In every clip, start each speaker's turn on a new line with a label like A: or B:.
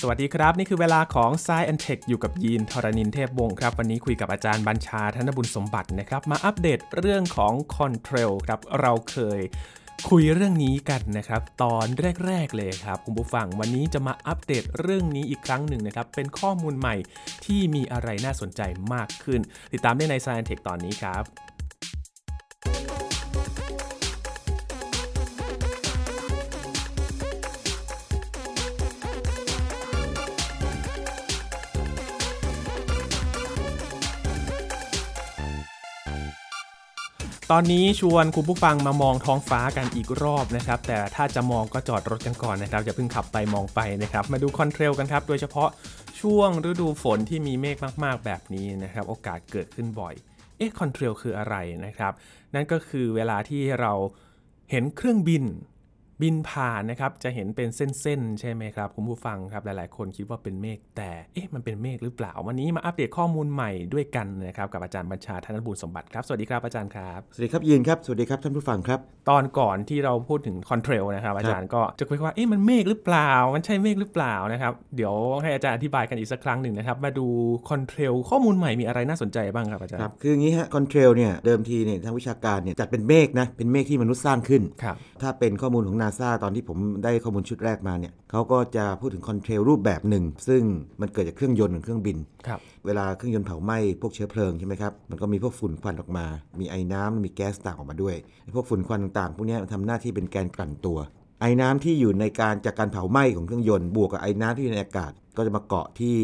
A: สวัสดีครับ นี่คือเวลาของ s ซ e n t e c h อยู่กับยีนทรณินเทพวงศ์ครับ วันนี้คุยกับอาจารย์บัญชาธนบุญสมบัตินะครับ มาอัปเดตเรื่องของ c o n t r a i l ครับ เราเคยคุยเรื่องนี้กันนะครับ ตอนแรก ๆ เลยครับ คุณผู้ฟังวันนี้จะมาอัปเดตเรื่องนี้อีกครั้งหนึ่งนะครับ เป็นข้อมูลใหม่ที่มีอะไรน่าสนใจมากขึ้น ติดตามได้ใน s ซ e n t e c h ตอนนี้ครับ ตอนนี้ชวนคุณผู้ฟังมามองท้องฟ้ากันอีกรอบนะครับ แต่ถ้าจะมองก็จอดรถกันก่อนนะครับ อย่าเพิ่งขับไปมองไปนะครับ มาดูคอนเทรลกันครับ โดยเฉพาะช่วงฤดูฝนที่มีเมฆมากๆแบบนี้นะครับ โอกาสเกิดขึ้นบ่อย เอ๊ะคอนเทรลคืออะไรนะครับ นั่นก็คือเวลาที่เราเห็นเครื่องบิน บินผ่านนะครับจะเห็นเป็นเส้นๆ ใช่ไหมครับ คุณผู้ฟังครับหลายๆ คนคิดว่าเป็นเมฆแต่เอ๊ะมันเป็นเมฆหรือเปล่า วันนี้มาอัปเดตข้อมูลใหม่ด้วยกันนะครับกับอาจารย์บัญชาธนบุญสมบัติครับสวัสดีครับอาจารย์ครับ
B: สวัสดีครับยีนครับ สวัสดีครับท่านผู้ฟังครับ
A: ตอนก่อนที่เราพูดถึงคอนเทรลนะครับอาจารย์ก็จะคุยว่าเอ๊ะมันเมฆหรือเปล่า มันใช่เมฆหรือเปล่านะครับเดี๋ยวให้อาจารย์อธิบายกันอีกสักครั้งหนึ่งนะครับ มาดูคอนเทรลข้อมูลใหม่มีอะไรน่าสนใจบ้างครับอาจารย์
B: ครับ คืออย่างนี้ฮะ คอนเทรลเนี่ย เดิมทีเนี่ยทางวิชาการเนี่ยจัดเป็นเมฆนะ เป็นเมฆที่มนุษย์สร้างขึ้น
A: ครับ
B: ถ้าเป็นข้อมูลของนาซาตอนที่ผมได้ข้อมูลชุดแรกมาเนี่ยเขาก็จะพูดถึงคอนเทรลรูปแบบหนึ่ง ซึ่งมันเกิดจากเครื่องยนต์หรือเครื่องบิน
A: ครับ
B: เวลาเครื่องยนต์เผาไหม้พวกเชื้อเพลิงใช่ไหมครับ มันก็มีพวกฝุ่นควันออกมา มีไอ้น้ำมีแก๊สต่างออกมาด้วยไอ้พวกฝุ่นควันต่างๆพวกเนี้ยทำหน้าที่เป็นแกนกลั่นตัว ไอ้น้ำที่อยู่ในการจากการเผาไหม้ของเครื่องยนต์บวกกับไอ้น้ำที่อยู่ในอากาศ ก็จะมาเกาะที่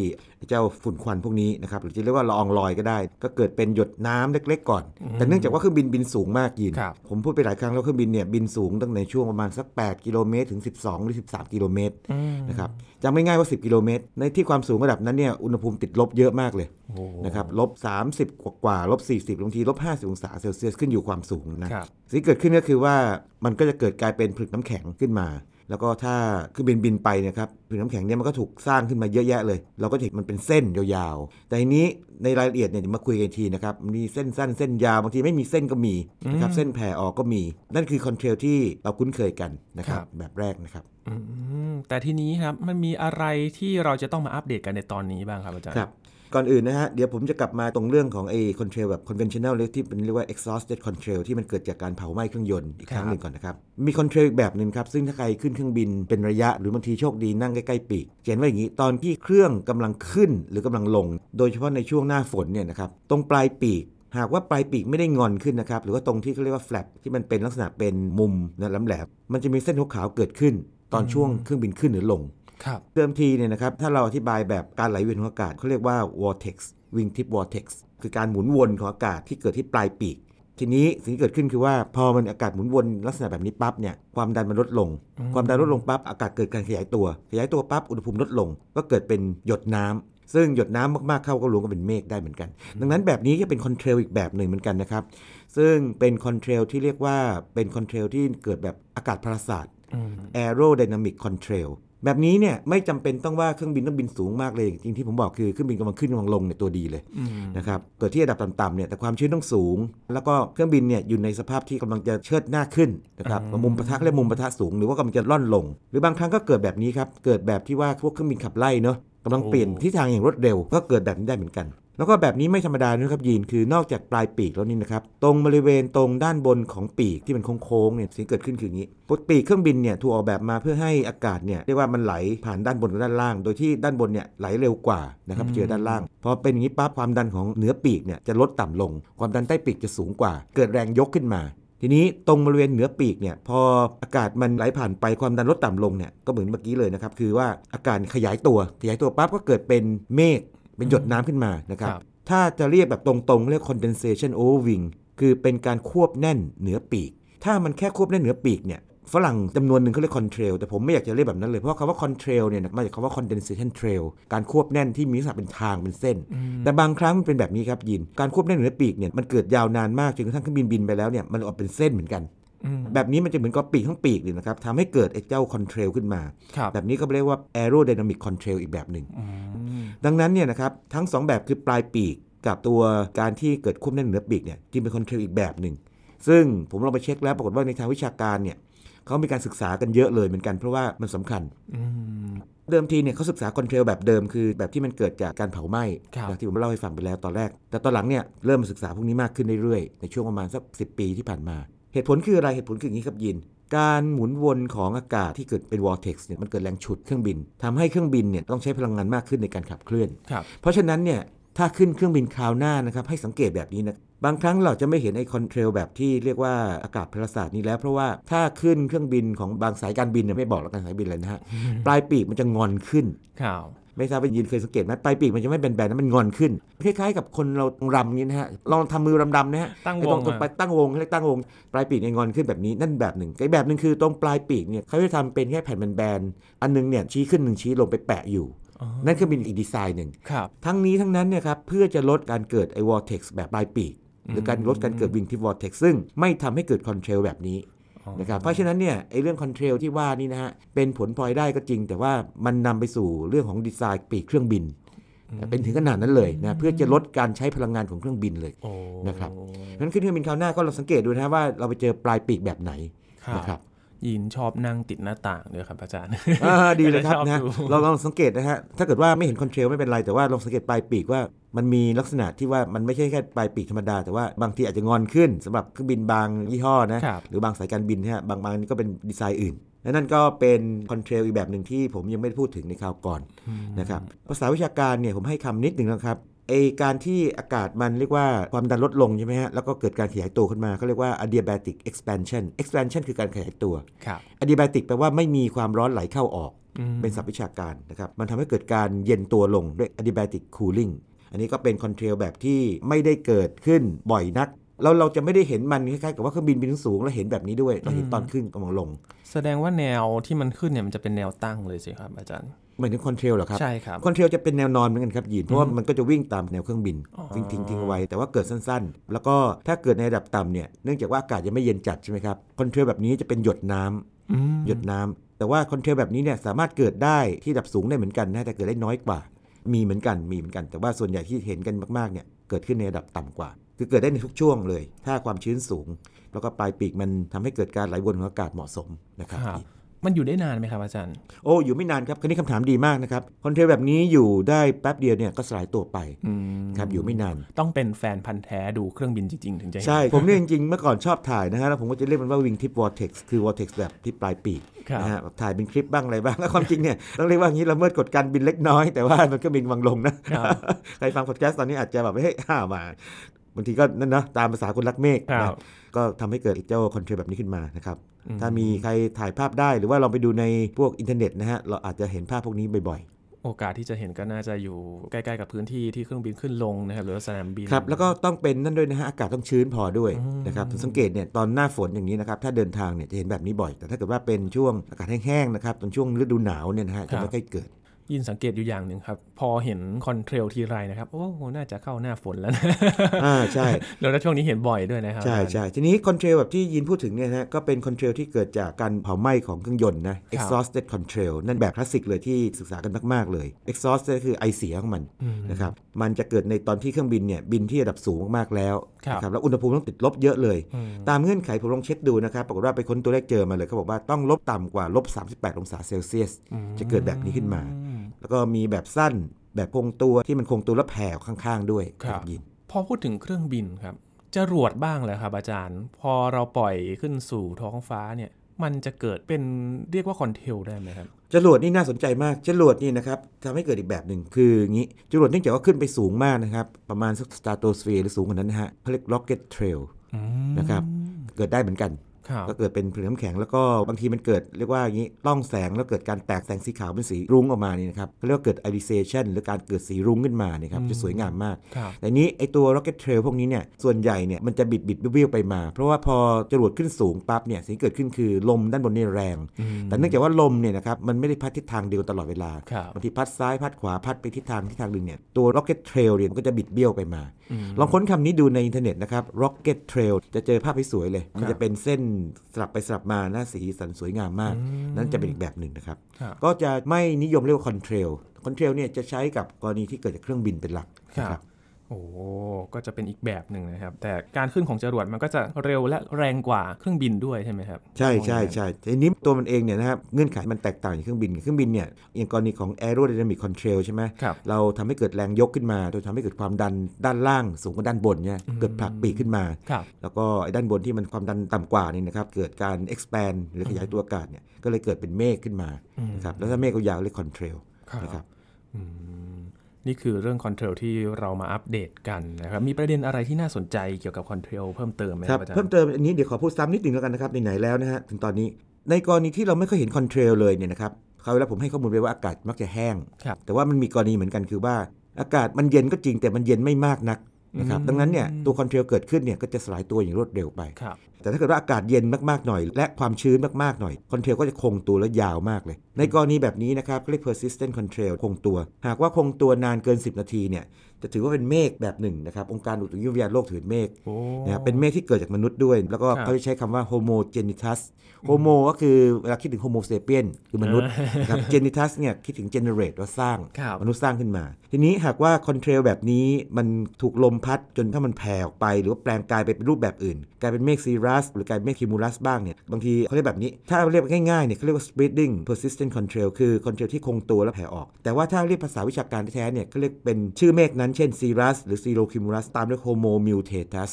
B: เจ้าฝุ่นควันพวกนี้นะครับหรือจะเรียกว่าละอองลอยก็ได้ ก็เกิดเป็นหยดน้ำเล็ก ๆ ก่อน แต่เนื่องจากว่าเครื่องบินบินสูงมากยิน
A: ครับ
B: ผมพูดไปหลายครั้งแล้วเครื่องบินเนี่ยบินสูงตั้งในช่วงประมาณสัก 8 กิโลเมตรถึง 12 หรือ 13 กิโลเมตร
A: อืม
B: นะครับจำไม่ง่ายว่า 10 กิโลเมตร ในที่ความสูงระดับนั้นเนี่ยอุณหภูมิติดลบเยอะมากเลย
A: โอ้โห
B: นะครับลบ 30 กว่ากว่าลบ 40บางทีลบ 50 องศาเซลเซียสขึ้นอยู่ความสูงนะครับ สิ่งที่เกิดขึ้นก็คือว่ามันก็จะเกิดกลายเป็นผลึกน้ำแข็งขึ้นมา แล้วก็ถ้าเครื่องบินบินไปเนะครับผลึกน้ำแข็งเนี่ยมันก็ถูกสร้างขึ้นมาเยอะแยะเลย เราก็จะเห็นมันเป็นเส้นยาวๆ แต่ทีนี้ในรายละเอียดเนี่ยเดี๋ยวมาคุยกันอีกทีนะครับมีเส้นสั้นเส้นยาวบางทีไม่มีเส้นก็มีนะครับเส้นแผ่ออกก็มี นั่นคือคอนเทรลที่เราคุ้นเคยกันนะครั
A: ครับ บ
B: แบบแรกนะครับ
A: อืมแต่ทีนี้ครับมันมีอะไรที่เราจะต้องมาอัปเดตกันในตอนนี้บ้างครับอาจารย์
B: ครับ ก่อนอื่นนะฮะ เดี๋ยวผมจะกลับมาตรงเรื่องของไอ้คอนเทรลแบบ conventional หรือที่เป็นเรียกว่า exhausted control ที่มันเกิดจากการเผาไหม้เครื่องยนต์อีกครั้งหนึ่งก่อนนะครับ มีคอนเทรลอีกแบบหนึ่งครับ ซึ่งถ้าใครขึ้นเครื่องบินเป็นระยะหรือบางทีโชคดีนั่งใกล้ ๆ ปีกจะเห็นว่าอย่างนี้ ตอนที่เครื่องกำลังขึ้นหรือกำลังลง โดยเฉพาะในช่วงหน้าฝนเนี่ยนะครับ ตรงปลายปีก หากว่าปลายปีกไม่ได้งอนขึ้นนะครับ หรือว่าตรงที่เขาเรียกว่า flap ที่มันเป็นลักษณะเป็นมุมนะแหลมๆมันจะมีเส้นขาวๆเกิดขึ้น ตอนช่วงเครื่องบินขึ้นหรือลง
A: ครับ
B: เดิมทีเนี่ยนะครับถ้าเราอธิบายแบบการไหลเวียนของอากาศเขาเรียกว่า vortex wingtip vortex คือการหมุนวนของอากาศที่เกิดที่ปลายปีก ทีนี้สิ่งที่เกิดขึ้นคือว่าพอมันอากาศหมุนวนลักษณะแบบนี้ปั๊บเนี่ยความดันมันลดลง ความดันลดลงปั๊บอากาศเกิดการขยายตัว ขยายตัวปั๊บอุณหภูมิลดลง ก็เกิดเป็นหยดน้ำซึ่งหยดน้ำมากๆเข้าก็รวมกันเป็นเมฆได้เหมือนกัน ดังนั้นแบบนี้ก็เป็นคอนเทรลอีกแบบหนึ่งเหมือนกันนะครับซึ่งเป็นคอนเทรลที่เรียกว่าเป็นคอนเทรลที่เกิดแบบอากาศพราศาสตร์
A: อืม
B: aerodynamic control แบบนี้เนี่ยไม่จำเป็นต้องว่าเครื่องบินต้องบินสูงมากเลยจริงๆที่ผมบอกคือเครื่องบินกำลังขึ้นกำลังลงเนี่ยตัวดีเลย
A: อืม
B: นะครับเกิดที่ระดับต่ำๆเนี่ยแต่ความชื้นต้องสูง แล้วก็เครื่องบินเนี่ยอยู่ในสภาพที่กำลังจะเชิดหน้าขึ้นนะครับมุมปะทะเขาเรียกมุมปะทะสูงหรือว่ากำลังจะล่อนลง หรือบางครั้งก็เกิดแบบนี้ครับเกิดแบบที่ว่าพวกเครื่องบินขับไล่เนาะกำลังเปลี่ยน
A: โอ้
B: ทิศทางอย่างรวดเร็วก็เกิดแบบนี้ได้เหมือนกัน แล้วก็แบบนี้ไม่ธรรมดาด้วยครับยีนคือนอกจากปลายปีกแล้วนี่นะครับตรงบริเวณตรงด้านบนของปีกที่มันโค้งๆเนี่ยสิ่งที่เกิดขึ้นคืออย่างนี้ปกปีกเครื่องบินเนี่ยถูกออกแบบมาเพื่อให้อากาศเนี่ยเรียกว่ามันไหลผ่านด้านบนกับด้านล่าง โดยที่ด้านบนเนี่ยไหลเร็วกว่านะครับเจอด้านล่างพอเป็นอย่างนี้ปั๊บความดันของเหนือปีกเนี่ยจะลดต่ำลง ความดันใต้ปีกจะสูงกว่า เกิดแรงยกขึ้นมา ทีนี้ตรงบริเวณเหนือปีกเนี่ยพออากาศมันไหลผ่านไปความดันลดต่ำลงเนี่ยก็เหมือนเมื่อกี้เลยนะครับคือว่าอากาศขยายตัวขยายตัวปั๊บก็เกิดเป็นเมฆเป็นหยดน้ำขึ้นมานะครับ
A: ครับ
B: ถ้าจะเรียกแบบตรงๆ เรียก condensation over wing คือเป็นการควบแน่นเหนือปีก ถ้ามันแค่ควบแน่นเหนือปีกเนี่ยฝรั่งจำนวนหนึ่งเขาเรียก contrail แต่ผมไม่อยากจะเรียกแบบนั้นเลย เพราะคำว่า contrail เนี่ยมาจากคำว่า condensation trail การควบแน่นที่มีลักษณะเป็นทางเป็นเส้น แต่บางครั้งมันเป็นแบบนี้ครับยิน การควบแน่นเหนือปีกเนี่ยมันเกิดยาวนานมากจนกระทั่งเครื่องบินบินไปแล้วเนี่ยมันออกเป็นเส้นเหมือนกัน
A: อืม
B: แบบนี้มันจะเหมือนกับปีกทั้งปีกเลยนะครับทำให้เกิดไอ้เจ้า contrail ขึ้นมา
A: ครับ
B: แบบนี้ก็เรียกว่า aerodynamic contrail อีกแบบหนึ่ง
A: อืม
B: ดังนั้นเนี่ยนะครับทั้งสองแบบคือปลายปีกกับตัวการที่เกิดควบแน่นเหนือปีกเนี่ยจึงเป็นคอนเทรลอีกแบบหนึ่ง ซึ่งผมลองไปเช็คแล้วปรากฏว่าในทางวิชาการเนี่ยเขามีการศึกษากันเยอะเลยเหมือนกันเพราะว่ามันสำคัญ
A: อืม
B: เดิมทีเนี่ยเขาศึกษาคอนเทรลแบบเดิมคือแบบที่มันเกิดจากการเผาไหม้
A: ครับ
B: อย่างที่ผมเล่าให้ฟังไปแล้วตอนแรก แต่ตอนหลังเนี่ยเริ่มมาศึกษาพวกนี้มากขึ้นเรื่อยๆในช่วงประมาณสักสิปีที่ผ่านมา เหตุผลคืออะไรเหตุผลคืออย่างนี้ครับยิน การหมุนวนของอากาศที่เกิดเป็นวอลเท็กซ์เนี่ยมันเกิดแรงฉุดเครื่องบินทำให้เครื่องบินเนี่ยต้องใช้พลังงานมากขึ้นในการขับเคลื่อน
A: ครับ
B: เพราะฉะนั้นเนี่ยถ้าขึ้นเครื่องบินคราวหน้านะครับให้สังเกตแบบนี้นะบางครั้งเราจะไม่เห็นไอคอนเทรลแบบที่เรียกว่าอากาศพลศาสตร์นี้แล้ว เพราะว่าถ้าขึ้นเครื่องบินของบางสายการบินเนี่ยไม่บอกแล้วกันสายบินเลยนะฮะ ปลายปีกมันจะงอนขึ้น
A: ข่าว
B: ไม่ทราบว่ายินเคยสังเกตไหมปลายปีกมันจะไม่แบนๆนะมันงอนขึ้นคล้ายๆกับคนเรารำอย่างนี้นะฮะลองทำมือรำๆนะฮะ
A: ตั้งวง
B: ไอ้ตรตร
A: อะ
B: ไปตั้งวงเรียกตั้งวง ปลายปีกเนี่ยงอนขึ้นแบบนี้นั่นแบบหนึ่งไอ้แบบหนึ่งคือตรงปลายปีกเนี่ยเขาจะทำเป็นแค่แผ่นแบนๆอันหนึงเนี่ยชี้ขึ้นหนึ่งชี้ลงไปแปะอยู่
A: อ๋อ
B: นั่นคือเป็นอีกดีไซน์หนึ่ง
A: ครับ
B: ทั้งนี้ทั้งนั้นเนี่ยครับเพื่อจะลดการเกิดไอวอลเท็กซ์แบบปลายปีก หรือการลดการเกิดวิงที่วอลเท็กซ์ซึ่งไม่ทำให้เกิดคอนเทรลแบบนี้
A: อ๋อ
B: นะครับเพราะฉะนั้นเนี่ยไอเรื่องคอนเทรลที่ว่านี่นะฮะเป็นผลพลอยได้ก็จริง แต่ว่ามันนำไปสู่เรื่องของดีไซน์ปีกเครื่องบิน เป็นถึงขนาดนั้นเลยนะเพื่อจะลดการใช้พลังงานของเครื่องบินเลย
A: โอ้
B: นะครับ นั้นขึ้นเครื่องบินคราวหน้าก็เราสังเกตดูนะฮะว่าเราไปเจอปลายปีกแบบไหน
A: ครับ
B: นะครับ
A: ยินชอบนั่งติดหน้าต่างด้วยครับอาจารย์
B: อ่าดีเลยครับ
A: ชอบ
B: นะ
A: ดู
B: เราลองสังเกตนะฮะ ถ้าเกิดว่าไม่เห็นคอนเทรลไม่เป็นไร แต่ว่าลองสังเกตปลายปีกว่ามันมีลักษณะที่ว่ามันไม่ใช่แค่ปลายปีกธรรมดา แต่ว่าบางทีอาจจะงอนขึ้นสำหรับเครื่องบินบางยี่ห้อนะ
A: ครับ
B: หรือบางสายการบินนะฮะบางบางนี่ก็เป็นดีไซน์อื่นและนั่นก็เป็นคอนเทรลอีกแบบหนึ่งที่ผมยังไม่ได้พูดถึงในคราวก่อนนะครับภาษาวิชาการเนี่ยผมให้คำนิดหนึ่งนะครับไอการที่อากาศมันเรียกว่าความดันลดลงใช่ไหมฮะแล้วก็เกิดการขยายตัวขึ้นมาเขาเรียกว่า adiabatic expansion expansion คือการขยายตัว
A: ครับ
B: adiabatic แปลว่าไม่มีความร้อนไหลเข้าออก
A: อืม
B: เป็นศัพท์วิชาการนะครับ มันทำให้เกิดการเย็นตัวลงด้วย adiabatic cooling อันนี้ก็เป็นคอนเทรลแบบที่ไม่ได้เกิดขึ้นบ่อยนัก แล้วเราจะไม่ได้เห็นมันคล้ายๆกับว่าเครื่องบินบินสูงแล้วเห็นแบบนี้ด้วย เราเห็นตอนขึ้นกำลังลง
A: แสดงว่าแนวที่มันขึ้นเนี่ยมันจะเป็นแนวตั้งเลยสิครับ อาจารย์
B: หมายถึงคอนเทรลเหรอครับ
A: ใช่ครับ
B: คอนเทรลจะเป็นแนวนอนเหมือนกันครับยีนเพราะว่ามันก็จะวิ่งตามแนวเครื่องบิน
A: อ๋อ
B: ทิ้งทิ้งทิ้งเอาไว้แต่ว่าเกิดสั้นๆ แล้วก็ถ้าเกิดในระดับต่ำเนี่ยเนื่องจากว่าอากาศยังไม่เย็นจัดใช่ไหมครับคอนเทรลแบบนี้จะเป็นหยดน้ำ
A: อืม
B: หยดน้ำแต่ว่าคอนเทรลแบบนี้เนี่ยสามารถเกิดได้ที่ระดับสูงได้เหมือนกันนะแต่เกิดได้น้อยกว่า มีเหมือนกันมีเหมือนกัน แต่ว่าส่วนใหญ่ที่เห็นกันมากๆเนี่ยเกิดขึ้นในระดับต่ำกว่า คือเกิดได้ในทุกช่วงเลย ถ้าความชื้นสูง แล้วก็ปลายปีกมันทำให้เกิดการไหลวนของอากาศเหมาะสมนะครับ
A: ครับ มันอยู่ได้นานไหมครับอาจารย์
B: โอ้อยู่ไม่นานครับคันนี้คำถามดีมากนะครับคอนเทรลแบบนี้อยู่ได้แป๊บเดียวเนี่ยก็สลายตัวไป
A: อืม
B: ครับอยู่ไม่นาน
A: ต้องเป็นแฟนพันธ์แท้ดูเครื่องบินจริง ๆ ถึงจะเห็น
B: ใช่ ผมเนี่ยจริงๆ เมื่อก่อนชอบถ่ายนะฮะ แล้วผมก็จะเรียกมันว่าวิงทิปวอ r t เท็กซ์คือวอ r t เท็กซ์แบบที่ปลายปีกนะฮะแบบถ่ายเป็นคลิปบ้างอะไรบ้าง แล้วความจริงเนี่ย ต้องเรียกว่าอย่างนี้ละเมิดกฎการบินเล็กน้อย แต่ว่ามันก็บินวังลงนะ
A: ครับ
B: ใครฟังพอดแคสต์ตอนนี้อาจจะแบบเฮ้ย ห้ามาบางทีก็นั่นนะตามภาษาคนรักเมฆ
A: ครั
B: นะ
A: บ
B: ก็ทำให้เกิดไอ้เจ้าคอนเทรลแบบนี้ขึ้นมานะครับ
A: อืม
B: ถ้ามีใครถ่ายภาพได้หรือว่าลองไปดูในพวกอินเทอร์เน็ตนะฮะเราอาจจะเห็นภาพพวกนี้บ่อยๆ
A: โอกาสที่จะเห็นก็น่าจะอยู่ใกล้ๆกับพื้นที่ที่เครื่องบินขึ้นลงนะครับ หรือว่าสนามบิน
B: ครับแล้วก็ต้องเป็นนั่นด้วยนะฮะอากาศต้องชื้นพอด้วยนะครับสังเกตเนี่ยตอนหน้าฝนอย่างนี้นะครับถ้าเดินทางเนี่ยจะเห็นแบบนี้บ่อย แต่ถ้าเกิดว่าเป็นช่วงอากาศแห้งๆนะครับตอนช่วงฤดูหนาวเนี่ยนะฮะ
A: ครั
B: จะ
A: บ
B: ไม่ค่อยเกิด
A: ยินสังเกตอยู่อย่างหนึ่งครับ พอเห็นคอนเทรลทีไรนะครับ โอ้โหน่าจะเข้าหน้าฝนแล้วนะ
B: อ่าใช่
A: แล้วช่วงนี้เห็นบ่อยด้วยนะครับ
B: ใช่ใช่ทีนี้คอนเทรลแบบที่ยินพูดถึงเนี่ยนะฮะก็เป็นคอนเทรลที่เกิดจากการเผาไหม้ของเครื่องยนต์นะ exhausted control นั่นแบบคลาสสิกเลยที่ศึกษากันมากๆเลย exhaust ก็คือไอเสียของมันนะครับมันจะเกิดในตอนที่เครื่องบินเนี่ยบินที่ระดับสูงมากๆแล้วนะครับแล้วอุณหภูมิต้องติดลบเยอะเลย
A: อืม
B: ตามเงื่อนไขผมลองเช็คดูนะครับ ปรากฏว่าไปค้นตัวเลขเจอมาเลยเขาบอกว่าต้องลบต่ำกว่าลบ 38 องศาเซลเซียส จะเกิดแบบนี้ขึ้นมา
A: อืม
B: แล้วก็มีแบบสั้นแบบคงตัวที่มันคงตัวและแผ่ออกข้างๆด้วย
A: ครับ
B: ยิน
A: พอพูดถึงเครื่องบินครับจรวดบ้างแหละครับอาจารย์ พอเราปล่อยขึ้นสู่ท้องฟ้าเนี่ย มันจะเกิดเป็นเรียกว่าคอนเทรลได้ไหมครับ
B: จรวดนี่น่าสนใจมากจรวดนี่นะครับทำให้เกิดอีกแบบหนึ่งคืออย่างนี้จรวดเนื่องจากว่าขึ้นไปสูงมากนะครับ ประมาณสักสตาร์โตสเฟียร์หรือสูงกว่านั้นนะฮะเขาเรียก rocket trail
A: อืม
B: นะครับ เกิดได้เหมือนกัน
A: ครับ
B: ก็เกิดเป็นผืนน้ำแข็งแล้วก็บางทีมันเกิดเรียกว่าอย่างนี้ต้องแสงแล้วเกิดการแตกแสงสีขาวเป็นสีรุ้งออกมานี่นะครับเขาเรียกว่าเกิด irisation หรือการเกิดสีรุ้งขึ้นมาเนี่ยครับ
A: อืม
B: จะสวยงามมาก
A: ครับ
B: แต่นี้ไอตัว rocket trail พวกนี้เนี่ยส่วนใหญ่เนี่ยมันจะบิดบิดๆเบี้ยวๆไปมา เพราะว่าพอจรวดขึ้นสูงปั๊บเนี่ยสิ่งที่เกิดขึ้นคือลมด้านบนเนี่ยแรง
A: อืม
B: แต่เนื่องจากว่าลมเนี่ยนะครับมันไม่ได้พัดทิศทางเดียวตลอดเวลา
A: ครับ
B: บางทีพัดซ้ายพัดขวาพัดไปทิศทางทิศทางหนึ่งเนี่ยตัว rocket trail เนี่ยมันก็จะบิดเบี้ยวไปมา
A: อืม
B: ลองค้นคำนี้ดูในอินเทอร์เน็ตนะครับ Rocket Trail จะเจอภาพที่สวยเลย มั
A: ค
B: น
A: รั
B: จะ
A: บ
B: เป็นเส้นสลับไปสลับมาหน้าสีสันสวยงามมาก
A: อืม
B: นั่นจะเป็นอีกแบบหนึ่งนะครับ
A: ครับ
B: ก็จะไม่นิยมเรียกว่าคอนเทรลคอนเทรลเนี่ยจะใช้กับกรณีที่เกิดจากเครื่องบินเป็นหลัก
A: ครับ
B: นะครับ
A: โอ้ก็จะเป็นอีกแบบหนึ่งนะครับ แต่การขึ้นของจรวดมันก็จะเร็วและแรงกว่าเครื่องบินด้วยใช่ไหมครับ
B: ใช่ใช่ใช่ทีนี้ตัวมันเองเนี่ยนะครับเงื่อนไขมันแตกต่างจากเครื่องบินเครื่องบินเนี่ยอย่างกรณีของ aerodynamic control ใช่ไหม
A: ครับ
B: เราทำให้เกิดแรงยกขึ้นมาโดยทำให้เกิดความดันด้านล่างสูงกว่าด้านบนเนี่ย
A: อืม
B: เกิดผลักปีกขึ้นมา
A: ครับ
B: แล้วก็ไอ้ด้านบนที่มันความดันต่ำกว่านี่นะครับเกิดการ expand หรือขยายตัวอากาศเนี่ยก็เลยเกิดเป็นเมฆขึ้นมา
A: อืม
B: นะครับแล้วถ้าเมฆยาวๆเรียก contrail
A: ครับ
B: นะครับ
A: อืมนี่คือเรื่องคอนเทรลที่เรามาอัปเดตกันนะครับ มีประเด็นอะไรที่น่าสนใจเกี่ยวกับคอนเทรลเพิ่มเติมไหม
B: ค
A: ค
B: รั
A: รั
B: บบ
A: อาจารย์
B: เพิ่มเติมอันนี้เดี๋ยวขอพูดซ้ำนิดหนึ่งแล้วกันนะครับไหนๆแล้วนะฮะถึงตอนนี้ในกรณีที่เราไม่เคยเห็น contrail เลยเนี่ยนะครับเขาวที่แล้วผมให้ข้อมูลไปว่าอากาศมักจะแห้ง
A: ครับ
B: แต่ว่ามันมีกรณีเหมือนกันคือว่าอากาศมันเย็นก็จริงแต่มันเย็นไม่มากนักนะครับ
A: อืม
B: ดังนั้นเนี่ยตัวคอนเทรลเกิดขึ้นเนี่ยก็จะสลายตัวอย่างรวดเร็วไป
A: ครับ
B: แต่ถ้าเกิดว่าอากาศเย็นมากๆหน่อย และความชื้นมากๆหน่อยคอนเทรลก็จะคงตัวและยาวมากเลย ในกรณีแบบนี้นะครับเรียก persistent control คงตัว หากว่าคงตัวนานเกิน 10 นาทีเนี่ยจะถือว่าเป็นเมฆแบบหนึ่งนะครับองค์การอุตุนิยมวิทยาโลกถือเป็นเมฆ
A: โอ้
B: นะครับเป็นเมฆที่เกิดจากมนุษย์ด้วย แล้วก็
A: ครับ
B: เขาจะใช้คำว่า homogenitus homo ก็คือเวลาคิดถึง homo sapien คือมนุษย์นะครับ genitus เนี่ยคิดถึง generate ว่าสร้าง
A: ครับ
B: มนุษย์สร้างขึ้นมา ทีนี้หากว่า contrail แบบนี้มันถูกลมพัดจนถ้ามันแผ่ออกไป หรือว่าแปลงกลายไปเป็นรูปแบบอื่น กลายเป็นเมฆซีรัสหรือกลายเป็นเมฆคิมูลัสบ้างเนี่ยบางทีเขาเรียกแบบนี้ ถ้าเรียกง่ายๆเนี่ยเขาเรียกว่า spreading persistent contrail คือ contrail ที่คงตัวและแผ่ออก แต่ว่าถ้าเรียกภาษาวิชาการแท้ๆเนี่ยเขาเรียกเป็นชื่อเมฆนั้นเช่นซีรัสหรือซีโรคิมูลัสตามด้วย homo mutatus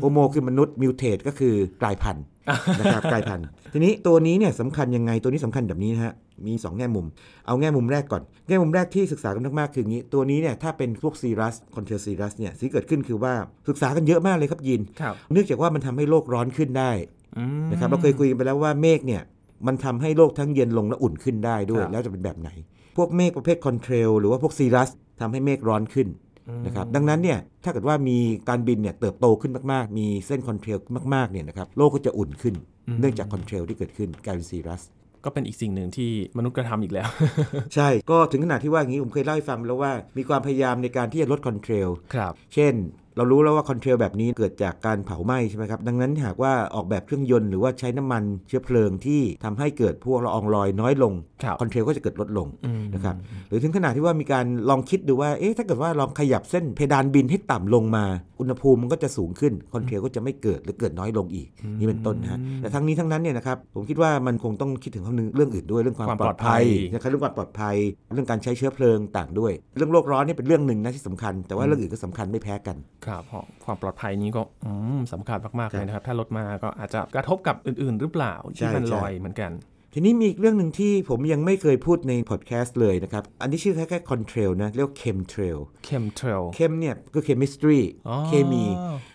B: โฮโมคือมนุษย์มิวเทตก็คือกลายพันธุ์ นะครับกลายพันธุ์ ทีนี้ตัวนี้เนี่ยสำคัญยังไงตัวนี้สำคัญแบบนี้นะฮะ มี 2 แง่มุม เอาแง่มุมแรกก่อน แง่มุมแรกที่ศึกษากันมากๆคืออย่างนี้ ตัวนี้เนี่ยถ้าเป็นพวกซีรัสคอนเทลซีรัสเนี่ยสิ่งที่เกิดขึ้นคือว่าศึกษากันเยอะมากเลยครับยิน
A: ครับ
B: เนื่องจากว่ามันทำให้โลกร้อนขึ้นได้
A: อืม
B: นะครับเราเคยคุยกันไปแล้วว่าเมฆเนี่ยมันทำให้โลกทั้งเย็นลงและอุ่นขึ้นได้ด้ว
A: ค
B: ย
A: รับ
B: แล้วจะเป็นแบบไหน พวกเมฆประเภทคอนเทลหรือว่าพวกซีรัสทำให้เมฆร้อนขึ้น
A: อืม
B: นะครับดังนั้นเนี่ยถ้าเกิดว่ามีการบินเนี่ยเติบโตขึ้นมาก ๆ มีเส้นคอนเทรลมาก ๆ เนี่ยนะครับโลกก็จะอุ่นขึ้น
A: อืม
B: เนื่องจากคอนเทรลที่เกิดขึ้นกลายเป็นซีรัส
A: ก็เป็นอีกสิ่งหนึ่งที่มนุษย์กระทำอีกแล้ว
B: ใช่ก็ถึงขนาดที่ว่าอย่างนี้ผมเคยเล่าให้ฟังแล้วว่ามีความพยายามในการที่จะลดคอนเทรล
A: ครับ
B: เช่น เรารู้แล้วว่าคอนเทรลแบบนี้เกิดจากการเผาไหม้ใช่ไหมครับ ดังนั้นหากว่าออกแบบเครื่องยนต์หรือว่าใช้น้ำมันเชื้อเพลิงที่ทำให้เกิดพวกละอองลอยน้อยลง
A: ครับ
B: อนเทรลก็จะเกิดลดลง
A: อืม
B: นะครับหรือถึงขนาดที่ว่ามีการลองคิดดูว่า เอ๊ะ ถ้าเกิดว่าลองขยับเส้นเพดานบินให้ต่ำลงมา อุณหภูมิมันก็จะสูงขึ้น คอนเทลก็จะไม่เกิดหรือเกิดน้อยลงอีก นี่เป็นต้นนะฮะ
A: อืม
B: แต่ทั้งนี้ทั้งนั้นเนี่ยนะครับ ผมคิดว่ามันคงต้องคิดถึงคำนึงเรื่องอื่นด้วย เรื่องความ
A: ความ
B: ป
A: ป
B: ล
A: ล
B: อ
A: อ
B: ด
A: ดภั
B: ภั
A: ย
B: ยนะครับเรื่องความปลอดภัย เรื่องการใช้เชื้อเพลิงต่างด้วย เรื่องโลกร้อนเนี่ยเป็นเรื่องหนึ่งนะที่สำคัญ แต่ว่าเรื่องอื่นก็สำคัญไม่แพ้กัน
A: ครับเพราะความปลอดภัยนี้ก็อืมสำคัญมาก ๆ เลยนะครับ ถ้าลดมาก็อาจจะกระทบกับอื่น ๆ หรือเปล่า ที่มัน
B: ใช่
A: ลอยเหมือนกัน
B: ทีนี้มีอีกเรื่องหนึ่งที่ผมยังไม่เคยพูดในพอดแคสต์เลยนะครับ อันนี้ชื่อแค่แค่คอนเทลนะเรียกว่า chemtrail
A: เคมเทรล
B: เคมเนี่ยก็ chemistry
A: อ๋อ
B: เคมี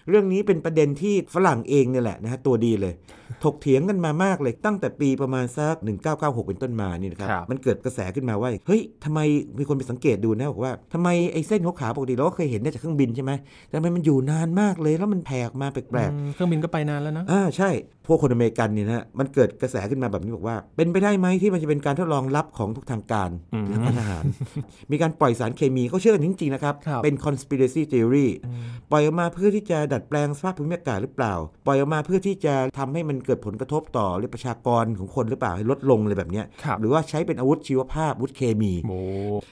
B: เรื่องนี้เป็นประเด็นที่ฝรั่งเองเนี่ยแหละนะฮะตัวดี เลย ถกเถียงกันมามากเลยตั้งแต่ปีประมาณสัก 1996 เป็นต้นมานี่นะครับ
A: ครับ
B: มันเกิดกระแสขึ้นมาว่า เฮ้ยทำไมมีคนไปสังเกตดูนะบอกว่าทำไมไอ้เส้นขาวๆปกติเราก็เคยเห็นได้จากเครื่องบินใช่ไหมแต่ทำไมมันอยู่นานมากเลยแล้วมันแผ่ออกมาแปลกๆ
A: เครื่องบินก็ไปนานแล้วนะ
B: อ่าใช่ พวกคนอเมริกันเนี่ยนะฮะมันเกิดกระแสขึ้นมาแบบนี้บอกว่า เป็นไปได้ไหมที่มันจะเป็นการทดลองลับของพวกทางการ
A: อืม
B: ทางการทหาร มีการปล่อยสารเคมีเขาเชื่อกันจริง ๆ นะครับ
A: ครับ
B: เป็น conspiracy theory ปล่อยออกมาเพื่อที่จะดัดแปลงสภาพภูมิอากาศหรือเปล่า ปล่อยออกมาเพื่อที่จะทำให้มันเกิดผลกระทบต่อหรือประชากรของคนหรือเปล่าให้ลดลงอะไรแบบเนี้ย
A: ครับ
B: หรือว่าใช้เป็นอาวุธชีวภาพอาวุธเคมี
A: โอ้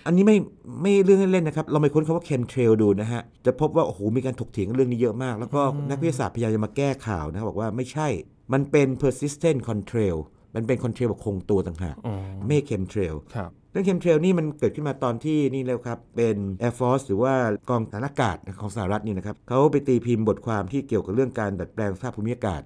B: อันนี้ไม่ไม่เรื่องเล่นๆนะครับ เราไปค้นคำว่า chemtrail ดูนะฮะ จะพบว่า โอ้โห มีการถกเถียงเรื่องนี้เยอะมาก แล้วก็
A: อืม
B: นักวิทยาศาสตร์พยายามจะมาแก้ข่าวนะครับบอกว่าไม่ใช่ มันเป็น persistent contrail มันเป็น contrail แบบคงตัวต่างหาก
A: อ๋อ
B: ไม่ chemtrail
A: ครับ
B: เรื่อง chemtrail นี่มันเกิดขึ้นมาตอนที่นี่แล้วครับ เป็น air force หรือว่ากองทหารอากาศของสหรัฐนี่นะครับเขาไปตีพิมพ์บทความที่เกี่ยวกับเรื่องการดัดแปลงสภาพภูมิอากาศ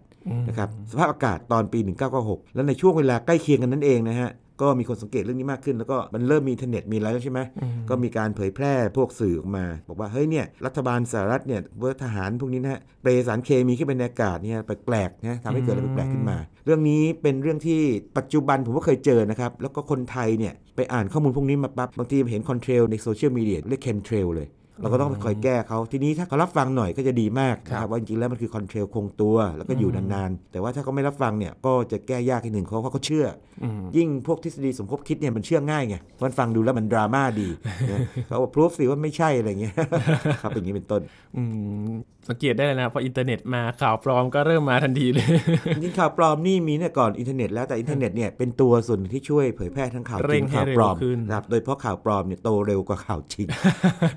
B: นะครับสภาพอากาศตอนปี 1996 แล้วในช่วงเวลาใกล้เคียงกันนั่นเองนะฮะ ก็มีคนสังเกตเรื่องนี้มากขึ้น แล้วก็มันเริ่มมีอินเทอร์เน็ตมีอะไรแล้วใช่ไหม
A: อืม
B: ก็มีการเผยแพร่พวกสื่อออกมา บอกว่าเฮ้ยเนี่ยรัฐบาลสหรัฐเนี่ยเวอร์ทหารพวกนี้นะฮะเปรย์สารเคมีขึ้นไปในอากาศเนี่ยแปลกๆนะทำให้เกิดอะไรแปลกๆขึ้นมา เรื่องนี้เป็นเรื่องที่ปัจจุบันผมก็เคยเจอนะครับ แล้วก็คนไทยเนี่ยไปอ่านข้อมูลพวกนี้มาปั๊บบางทีเห็นคอนเทรลในโซเชียลมีเดียเรียกเคมเทรลเลย เราก็ต้องไปคอยแก้เขาทีนี้ถ้าเขารับฟังหน่อยก็จะดีมาก
A: ค
B: นะค
A: รั
B: รั
A: บบ
B: ว่าจริงๆแล้วมันคือคอนเทรลคงตัวแล้วก็อยู่
A: อืม
B: นานๆแต่ว่าถ้าเขาไม่รับฟังเนี่ยก็จะแก้ยากอีกหนึ่งเขาะว่าเขาเชื่อ
A: อืม
B: ยิ่งพวกทฤษฎีสมคบคิดเนี่ยมันเชื่อง่ายไงมันฟังดูแล้วมันดราม่าดีนะเขาบอกพรูฟสิว่าไม่ใช่อะไรเงี้ย ครับเป็นอย่างนี้เป็นต้น
A: อืมสังเกตได้เลยนะพออินเทอร์เน็ตมาข่าวปลอมก็เริ่มมาทันทีเลย
B: จริงๆข่าวปลอมนี่มีเนี่ยก่อนอินเทอร์เน็ตแล้วแต่อินเทอร์เน็ตเนี่ยเป็นตัวส่วนหนึ่งที่ช่วยเผยแพร่ทั้งข่าวจ
A: เร่
B: ริ
A: ง
B: ง
A: ให้
B: ข่าวปลอม
A: เร็วขึ้น
B: นะครับโดยเฉพาะข่าวปลอมเนี่ยโตเร็วกว่าข่าวจริง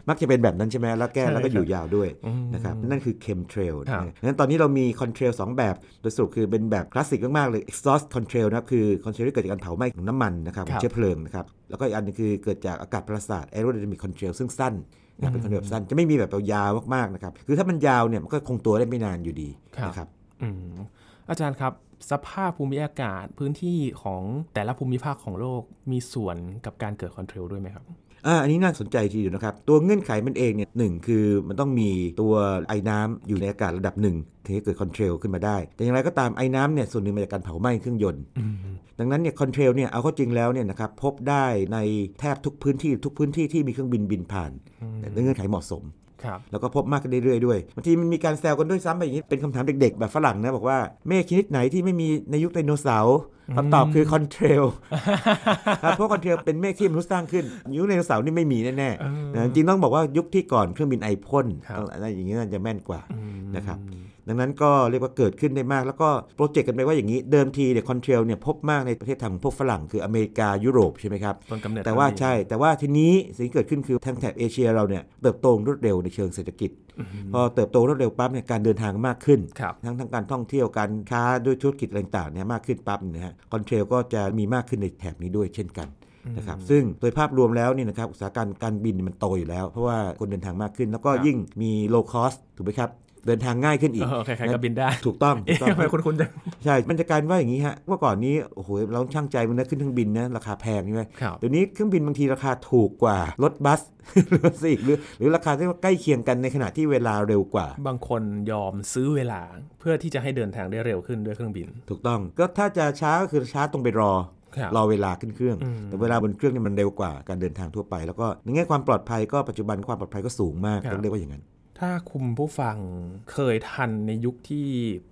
B: มักจะเป็นแบบ แบบนั้นใช่ไหมแล้วแก้แล้วก็
A: ใช่ครับ
B: อยู่ยาวด้วย
A: อืม
B: นะครับนั่นคือเคมเทรล
A: ครับ
B: นั้นตอนนี้เรามีคอนเทรลสองแบบโดยสรุปคือเป็นแบบคลาสสิกมาก ๆ เลย exhaust control นะครับคือคอนเทรลที่เกิดจากการเผาไหม้ของน้ำมันนะครับ
A: ครับ
B: เชื้อเพลิงนะครับแล้วก็อีกอันหนึงคือเกิดจากอากาศพลศาสตร์ aerodynamic control ซึ่งสั้นนะเป็นคอนเทรลแบบสั้นจะไม่มีแบบยาวๆมากๆนะครับคือถ้ามันยาวเนี่ยมันก็คงตัวได้ไม่นานอยู่ดี
A: ครับ
B: นะครับ
A: อืมอาจารย์ครับ สภาพภูมิอากาศพื้นที่ของแต่ละภูมิภาคของโลกมีส่วนกับการเกิดคอนเทรลด้วยไหมครับ
B: อ่าอันนี้น่าสนใจทีเดียวนะครับ ตัวเงื่อนไขมันเองเนี่ยหนึ่งคือมันต้องมีตัวไอ้น้ำอยู่ในอากาศระดับหนึ่งถึงจะเกิดคอนเทรลขึ้นมาได้ แต่อย่างไรก็ตามไอ้น้ำเนี่ยส่วนหนึ่งมาจากการเผาไหม้เครื่องยนต์ ดังนั้นเนี่ยคอนเทรลเนี่ยเอาเข้าจริงแล้วเนี่ยนะครับพบได้ในแทบทุกพื้นที่ทุกพื้นที่ที่มีเครื่องบินบินผ่านแต่ด้วยเงื่อนไขเหมาะสม
A: ครับ
B: แล้วก็พบมากขึ้นเรื่อยๆด้วยบางทีมันมีการแซวกันด้วยซ้ำไปอย่างนี้เป็นคำถามเด็กๆ แบบฝรั่งนะบอกว่าเมฆชนิดไหนที่ไม่มีในยุคไดโนเสาร์คำตอบคือคอนเทรล ครับเพราะคอนเทรลเป็นเมฆที่มนุษย์สร้างขึ้น ยุคไดโนเสาร์นี่ไม่มีแน่ๆนะจริงๆต้องบอกว่ายุคที่ก่อนเครื่องบินไอพ่น
A: ครับ
B: อะไรอย่างนี้น่าจะแม่นกว่านะครับดังนั้นก็เรียกว่าเกิดขึ้นได้มาก แล้วก็โปรเจกต์กันไปว่าอย่างนี้เดิมทีเนี่ยคอนเทรลเนี่ยพบมากในประเทศทางพวกฝรั่งคืออเมริกายุโรปใช่ไหมครับ
A: ต้นกำเนิด
B: แต่ว่า
A: มันมี
B: ใช่แต่ว่าทีนี้สิ่งที่เกิดขึ้นคือทางแถบเอเชียเราเนี่ยเติบโตรวดเร็วในเชิงเศรษฐกิจ พอเติบโตรวดเร็วปั๊บเนี่ยการเดินทางก็มากขึ้น
A: ครับ
B: ทั้งทั้งการท่องเที่ยวการค้าด้วยธุรกิจอะไรต่างๆเนี่ยมากขึ้นปั๊บเนี่ยนะฮะคอนเทรลก็จะมีมากขึ้นในแถบนี้ด้วยเช่นกันนะครับซึ่งโดยภาพรวมแล้วเนี่ยนะครับอุตสาหการรมการบินมันโตอยู่แล้ว เพราะว่าคนเดินทางมากขึ้น แล้วก็
A: ครับ
B: ยิ่งมีโลคอสถูกไหมครับเดินทางง่ายขึ้นอีก
A: เออใครๆก็บินได้
B: ถูกต้องถู
A: เอ๊ะ
B: กต้อง
A: ทำไมคุณคุณจัง
B: ใช่มันจะกลายเป็นว่าอย่างนี้ฮะ เมื่อก่อนนี้ โอ้โห เราต้องช่างใจมันนะขึ้นเครื่องบินนะ ราคาแพงใช่ไหม
A: ครับ
B: เดี๋ยวนี้เครื่องบินบางทีราคาถูกกว่ารถบัส หรือสิหรือหรือราคาที่ว่าใกล้เคียงกันในขณะที่เวลาเร็วกว่า
A: บางคนยอมซื้อเวลาเพื่อที่จะให้เดินทางได้เร็วขึ้นด้วยเครื่องบิน
B: ถูกต้อง ก็ถ้าจะช้าก็คือช้าตรงไปรอ
A: ครับ
B: รอเวลาขึ้นเครื่อง
A: อืม
B: แต่เวลาบนเครื่องเนี่ยมันเร็วกว่าการเดินทางทั่วไป แล้วก็ในแง่ความปลอดภัยก็ปัจจุบันความปลอดภัยก็สูงมาก
A: ครับ
B: ต้องเรียกว่าอย่างนั้น
A: ถ้าคุณผู้ฟังเคยทันในยุคที่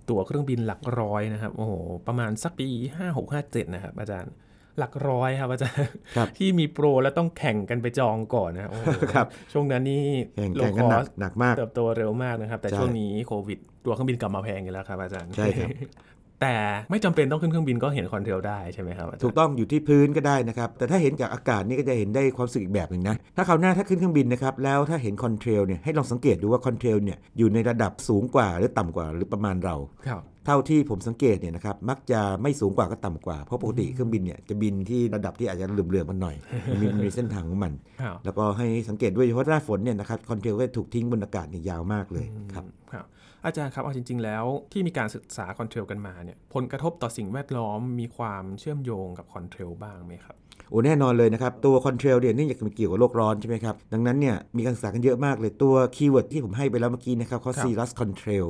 A: ตั๋วเครื่องบินหลักร้อยนะครับ โอ้โห ประมาณสักปี 5 6 5 7 นะครับ อาจารย์หลักร้อยครับอาจารย์
B: ครับ
A: ที่มีโปรแล้วต้องแข่งกันไปจองก่อนนะโอ้โห
B: ครับ
A: ช่วงนั้นนี่
B: แข่ง
A: โล
B: แข่ง
A: ค
B: กันหนั
A: อก ส
B: หนักมาก
A: เติบโตเร็วมากนะครับ แต่
B: ใช่
A: ช่วงนี้โควิด ตัวเครื่องบินกลับมาแพงอีกแล้วครับอาจารย์
B: ใช่ครับ
A: แต่ไม่จำเป็นต้องขึ้นเครื่องบินก็เห็นคอนเทลได้ใช่ไหมครับอาจารย์
B: ถูกต้องอยู่ที่พื้นก็ได้นะครับ แต่ถ้าเห็นจากอากาศนี่ก็จะเห็นได้ความรู้สึกอีกแบบหนึ่งนะ ถ้าคราวหน้าถ้าขึ้นเครื่องบินนะครับ แล้วถ้าเห็นคอนเทรลเนี่ยให้ลองสังเกตดูว่าคอนเทรลเนี่ยอยู่ในระดับสูงกว่าหรือต่ำกว่าหรือประมาณเรา
A: ครับ
B: เท่าที่ผมสังเกตเนี่ยนะครับมักจะไม่สูงกว่าก็ต่ำกว่า เพราะปกติเครื่องบินเนี่ยจะบินที่ระดับที่อาจจะเหลื่อมๆกันหน่อยมันมีมันมีเส้นทางของมัน
A: ครับ
B: แล้วก็ให้สังเกตด้วยเฉพาะหน้าฝนเนี่ยนะครับคอนเทรลก็จะถูกทิ้งบนอากาศเนี่ยยาวมากเลยครับ
A: ครับ อาจารย์ครับ เอาจริง ๆ แล้วที่มีการศึกษาคอนเทรลกันมาเนี่ย ผลกระทบต่อสิ่งแวดล้อมมีความเชื่อมโยงกับคอนเทรลบ้างไหมครับ
B: โอ้แน่นอนเลยนะครับ ตัวคอนเทรลเนี่ยเนื่องจากมันเกี่ยวกับโลกร้อนใช่ไหมครับ ดังนั้นเนี่ยมีการศึกษากันเยอะมากเลยตัวคีย์เวิร์ดที่ผมให้ไปแล้วเมื่อกี้นะครับเขา
A: ครับ
B: ซีรัสคอนเทรล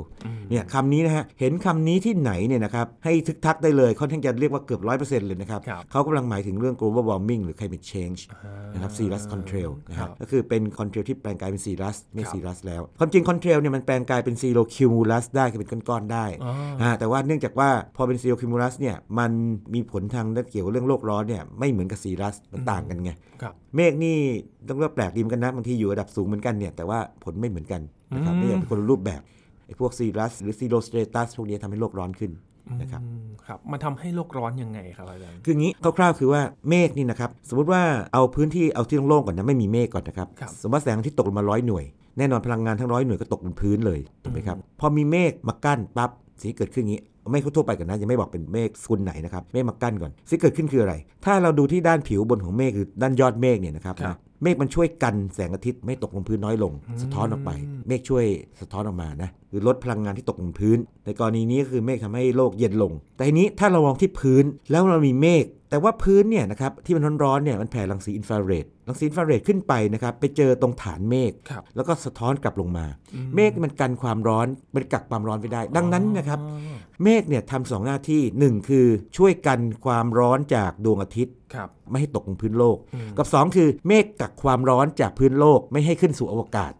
B: เนี่ยคำนี้นะฮะ เห็นคำนี้ที่ไหนเนี่ยนะครับ ให้ทึกทักได้เลยค่อนข้างจะเรียกว่าเกือบร้อยเปอร์เซ็นต์เลยนะครับ
A: ครับ
B: เขากำลังหมายถึงเรื่อง global warming หรือ climate change นะครับ ซีรัสคอนเทรลนะครับ ก็คือเป็นคอนเทรลที่แปลงกลายเป็นซีรัสไม่
A: ครับ
B: ซีรัสแล้ว ความจริงคอนเทรลเนี่ยมันแปลงกลายเป็นซีโรคิวมูลัสได้คือเป็นก้อนๆได้
A: อ๋ออ่
B: าแต่ว่าเนื่องจากว่าพอเป็นซีโรคิวมูลัสเนี่ยมันมีผลทางด้านเกี่ยวกับเรื่องโลกร้อนเนี่ยไม่เหมือนกับซีรัสมันต่างกันไง
A: ครับ
B: เมฆนี่ต้องเรียกว่าแปลกดีเหมือนกันนะบางทีอยู่ระดับสูงเหมือนกันเนี่ยแต่ว่าผลไม่เหมือนกันนะครับ
A: อืม
B: นี่เป็นคนละรูปแบบไอ้พวกซีรัสหรือซีโรสเตตัสพวกนี้ทำให้โลกร้อนขึ้นนะครับ
A: อืมครับ มันทำให้โลกร้อนยังไงครับอาจารย์
B: คืออย่างนี้คร่าวๆคือว่าเมฆนี่นะครับสมมติว่าเอาพื้นที่เอาที่โล่งๆก่อนนะไม่มีเมฆก่อนนะครับ
A: ครับ
B: สมมติว่าแสงอาทิตย์ตกลงมาร้อยหน่วยแน่นอนพลังงานทั้งร้อยหน่วยก็ตกบนพื้นเลยถูกไหมครับพอมีเมฆมากั้นปั๊บสิ่งที่เกิดขึ้นอย่างนี้ไม่ทั่วๆไปก่อนนะยังไม่บอกเป็นเมฆสกุลไหนนะครับเมฆมากั้นก่อนสิ่งที่เกิดขึ้นคืออะไร ถ้าเราดูที่ด้านผิวบนของเมฆหรือด้านยอดเมฆเนี่ยนะครับ
A: ครับ
B: เมฆมันช่วยกันแสงอาทิตย์ไม่ตกลงพื้นน้อยลง สะท้อนออกไป เมฆช่วยสะท้อนออกมานะหรือลดพลังงานที่ตกลงพื้น ในกรณีนี้ก็คือเมฆทำให้โลกเย็นลง แต่ทีนี้ถ้าเรามองที่พื้นแล้วเรามีเมฆแต่ว่าพื้นเนี่ยนะครับที่มันร้อนๆเนี่ยมันแผ่รังสีอินฟราเรดรังสีอินฟราเรดขึ้นไปนะครับไปเจอตรงฐานเมฆ
A: ครับ
B: แล้วก็สะท้อนกลับลงมา เมฆมันกันความร้อนมันกักความร้อนไปได้ ดังนั้นนะครับ
A: อ๋อ
B: เมฆเนี่ยทำสองหน้าที่หนึ่งคือช่วยกันความร้อนจากดวงอาทิตย์
A: ครับ
B: ไม่ให้ตกลงพื้นโลก
A: อืม
B: กับ 2 คือเมฆกักความร้อนจากพื้นโลกไม่ให้ขึ้นสู่อวกาศ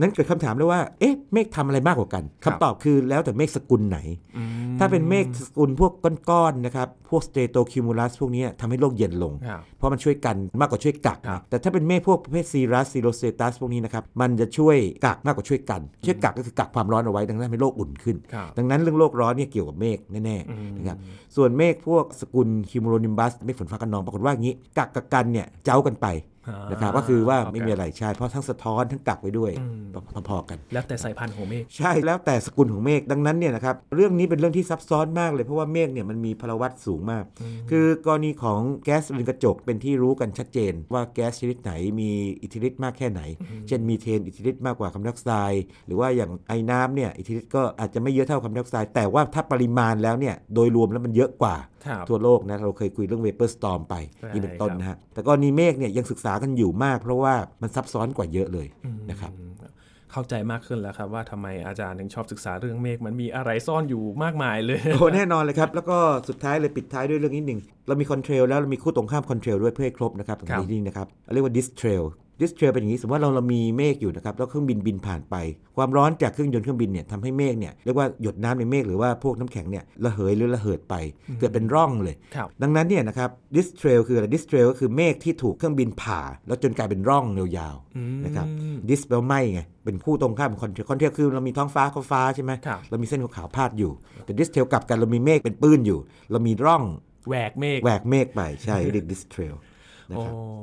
B: นั้นเกิดคำถามเลยว่า เอ๊ะ เมฆทำอะไรมากกว่ากัน
A: ครั
B: คำ
A: บ
B: ตอบคือแล้วแต่เมฆสกุลไหน
A: อืม
B: ถ้าเป็นเมฆสกุลพวกก้อนๆนะครับ พวกสเตโตคิวมูลัสพวกเนี้ยทำให้โลกเย็นลง
A: ครับ
B: เพราะมันช่วยกันมากกว่าช่วยกัก
A: ครั
B: นะ
A: บ
B: แต่ถ้าเป็นเมฆพวกประเภทซีรัสซีโรเซตัสพวกนี้นะครับ มันจะช่วยกักมากกว่าช่วยกัน ช่วยกักก็คือกักความร้อนเอาไว้ดังนั้นทำให้โลกอุ่นขึ้น
A: ครับ
B: ดังนั้นเรื่องโลกร้อนเนี่ยเกี่ยวกับเมฆแน่
A: อืม
B: ๆนะครับส่วนเมฆพวกสกุลคิโมโรนิมบัสเมฆฝนฟ้ากันนองปรากฏว่าอย่างนี้กักกับกันเนี่ยเจ้ากันไป
A: อ่า
B: นะครับก็คือว่าไม่
A: โ
B: มีอะไรใช่เพราะทั้งสะท้อนทั้งกักไว้ด้วย
A: อืม
B: พอๆกัน
A: แล้วแต่สายพันธุ์ของเมฆ
B: ใช่แล้วแต่สกุลของเมฆดังนั้นเนี่ยนะครับเรื่องนี้เป็นเรื่องที่ซับซ้อนมากเลยเพราะว่าเมฆเนี่ยมันมีพลวัตสูงมาก คือกรณีของแก๊สเรือนกระจกเป็นที่รู้กันชัดเจน ว่าแก๊สชนิดไหนมีอิทธิฤทธิ์มากแค่ไหน เช่นมีเทนอิทธิฤทธิ์มากกว่าคาร์บอนไดออกไซด์หรือว่าอย่างไอ้น้ำเนี่ยอิทธิฤทธิ์ก็อาจจะไม่เยอะเท่าคาร์บอนไดออกไซด์แต่ว่าถ้าปริมาณแล้วเนี่ยโดยรวมแล้วมันเยอะกว่า
A: ครับ
B: ทั่วโลกนะเราเคยคุยเรื่องเวเปอร์สตอมไป
A: ใช่
B: นี่เป็นต้น
A: ครับ
B: นะฮะแต่กรณีเมฆเนี่ยยังศึกษากันอยู่มาก เพราะว่ามันซับซ้อนกว่าเยอะเลยนะครับ
A: อืมเข้าใจมากขึ้นแล้วครับว่าทำไมอาจารย์ถึงชอบศึกษาเรื่องเมฆมันมีอะไรซ่อนอยู่มากมายเลย
B: โอ้แน่นอนเลยครับ แล้วก็สุดท้ายเลยปิดท้ายด้วยเรื่องนี้หนึ่ง เรามีคอนเทรลแล้วเรามีคู่ตรงข้ามคอนเทรลด้วยเพื่อให้ครบนะครับตรง
A: ครับ
B: นี้นี่นะครับเรียกว่าดิสเทรลดิสเทรลเป็นอย่างนี้ สมมติว่าเราเรามีเมฆอยู่นะครับ แล้วเครื่องบินบินผ่านไป ความร้อนจากเครื่องยนต์เครื่องบินเนี่ยทำให้เมฆเนี่ยเรียกว่าหยดน้ำในเมฆหรือว่าพวกน้ำแข็งเนี่ยระเหยหรือระเหิดไป เกิดเป็นร่องเลย
A: ครับ
B: ดังนั้นเนี่ยนะครับดิสเทรลคืออะไรดิสเทรลก็คือเมฆที่ถูกเครื่องบินผ่า แล้วจนกลายเป็นร่องยาวๆ
A: อืม
B: นะครับดิสเปลไหมไง เป็นคู่ตรงข้ามของคอนเทลคอนเทลคือเรามีท้องฟ้าก็ฟ้าใช่ไหม
A: ครับ
B: เรามีเส้นขาวๆพาดอยู่ แต่ดิสเทลกลับกันเรามีเมฆเป็นปื้นอยู่ เรามีร่อง
A: แหวกเมฆ
B: แหวกเมฆไป ใช่เรียกดิสเทลนะ
A: โอ้
B: ครับ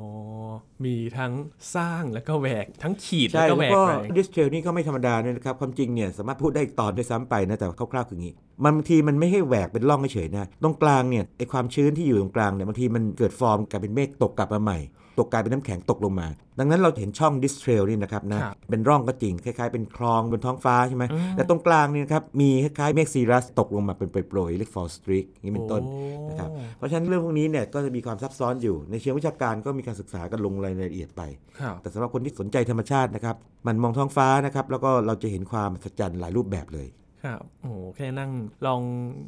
A: มีทั้งสร้างแล้วก็แหวกทั้งขีดแล้
B: ใช่
A: วก็
B: แล้ว
A: แหวก
B: ก็
A: ไป
B: ดิสเทลนี่ก็ไม่ธรรมดาด้วยนะครับ ความจริงเนี่ยสามารถพูดได้อีกตอนด้วยซ้ำไปนะ แต่คร่าวๆคืออย่างนี้มันบางทีมันไม่ให้แหวกเป็นร่องเฉยๆนะตรงกลางเนี่ยไอความชื้นที่อยู่ตรงกลางเนี่ยบางทีมันเกิดฟอร์มกลายเป็นเมฆตกกลับมาใหม่ ตกกลายเป็นน้ำแข็งตกลงมา ดังนั้นเราเห็นช่องดิสเทรลนี่นะครับนะ
A: ครับ
B: เป็นร่องก็จริง คล้ายๆ เป็นคลองบนท้องฟ้าใช่ไหม แต่ตรงกลางเนี่ยนะครับ มีคล้ายๆเมฆซีรัสตกลงมาเป็นโปรยๆเรียกฟอลสตรีกอย่างนี้เป็นต้น
A: โอ้
B: นะครับ เพราะฉะนั้นเรื่องพวกนี้เนี่ยก็จะมีความซับซ้อนอยู่ ในเชิงวิชาการก็มีการศึกษากันลงรายละเอียดไป
A: ครับ
B: แต่สำหรับคนที่สนใจธรรมชาตินะครับ มันมองท้องฟ้านะครับ แล้วก็เราจะเห็นความสัศจรรย์หลายรูปแบบเลย
A: ครับโอ้โหแค่นั่งลอง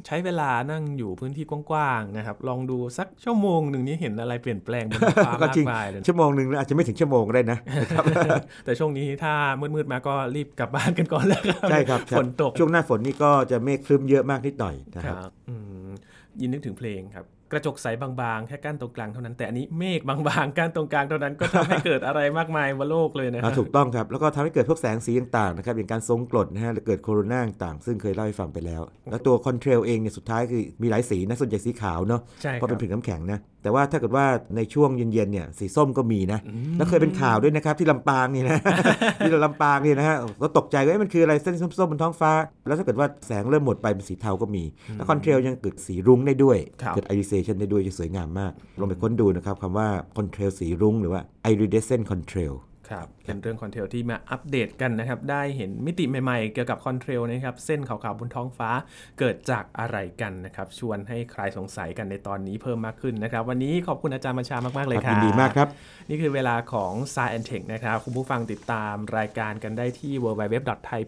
A: ใช้เวลานั่งอยู่พื้นที่กว้างๆนะครับ ลองดูสักชั่วโมงหนึ่งนี้เห็นอะไรเปลี่ยนแปลงบนท้องฟ้า
B: ก็
A: มาก
B: จริง
A: มายเลยนะ
B: ชั่วโมงหนึ่งแล้วอาจจะไม่ถึงชั่วโมงก็ได้นะ
A: แต่ช่วงนี้ถ้ามืดๆมาก็รีบกลับบ้านกันก่อนแล้วครับ
B: ใช่ครับ
A: ฝนตก
B: ช่วงหน้าฝนนี่ก็จะเมฆครึ้มเยอะมากนิดหน่อยนะ
A: ค
B: ครับ
A: รับอืมยินนึกถึงเพลงครับ กระจกใสบางๆ แค่กั้นตรงกลางเท่านั้นแต่อันนี้เมฆบางๆกั้ นตรงกลางเท่านั้นก็ทำให้เกิดอะไรมากมายบนโลกเลยนะค
B: อ่า
A: รับ
B: ถูกต้องครับ แล้วก็ทำให้เกิดพวกแสงสีต่างๆนะครับอย่างการทรงกรดนะฮะหรือเกิดโคโรนาต่างๆซึ่งเคยเล่าให้ฟังไปแล้ว แล้วตัวคอนเทรลเองเนี่ยสุดท้ายคือมีหลายสีนะส่วนใหญ่สีขาวเนาะ
A: ใช่ครับ
B: เพราะเป็นผึ่งน้ำแข็งนะ แต่ว่าถ้าเกิดว่าในช่วงเย็นๆเนี่ยสีส้มก็มีนะ แล้วเคยเป็นข่าวด้วยนะครับที่ลำปางนี่ นะ ที่เราลำปางนี่นะฮะก็ตกใจว่าเอ๊ะมันคืออะไรเส้นส้มๆบนท้องฟ้า แล้วถ้าเกิดว่าแสงเริ่มหมดไปเป็นสีเทาก็มีแล้วคอนเทรลยังเกิดสีรุ้งได้ด้วย
A: ครับ
B: เกิด iridescent ได้ด้วยจะสวยงามมากลองไปค้นดูนะครับคำว่าคอนเทรลสีรุ้งหรือว่า iridescent control
A: ครับเป็นเรื่องคอนเทลที่มาอัปเดตกันนะครับ ได้เห็นมิติใหม่ๆ เกี่ยวกับคอนเทลนะครับ เส้นขาวๆบนท้องฟ้าเกิดจากอะไรกันนะครับ ชวนให้ใครสงสัยกันในตอนนี้เพิ่มมากขึ้นนะครับ วันนี้ขอบคุณอาจารย์บัญชามากๆเลย
B: ค
A: ค
B: รั
A: รั
B: บบ ยินดีมากครับ
A: นี่คือเวลาของ s ซแอนเทคนะครับ คุณผู้ฟังติดตามรายการกันได้ที่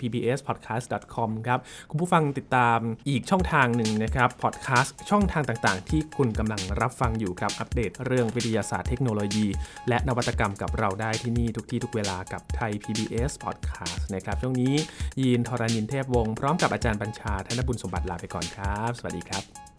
A: www.thaipbspodcast.com ครับ คุณผู้ฟังติดตามอีกช่องทางหนึ่งนะครับพอดแคสต์ช่องทางต่างๆ ที่คุณกำลังรับฟังอยู่ครับ อัปเดตเรื่องวิทยาศาสตร์เทคโนโลยี และนวัตกรรมกับเราได้ที่นี่ทุกที่ทุกเวลากับไทย PBS Podcast นะครับ ช่วงนี้ยีนทรณินเทพวงศ์พร้อมกับอาจารย์บัญชาธนบุญสมบัติลาไปก่อนครับ สวัสดีครับ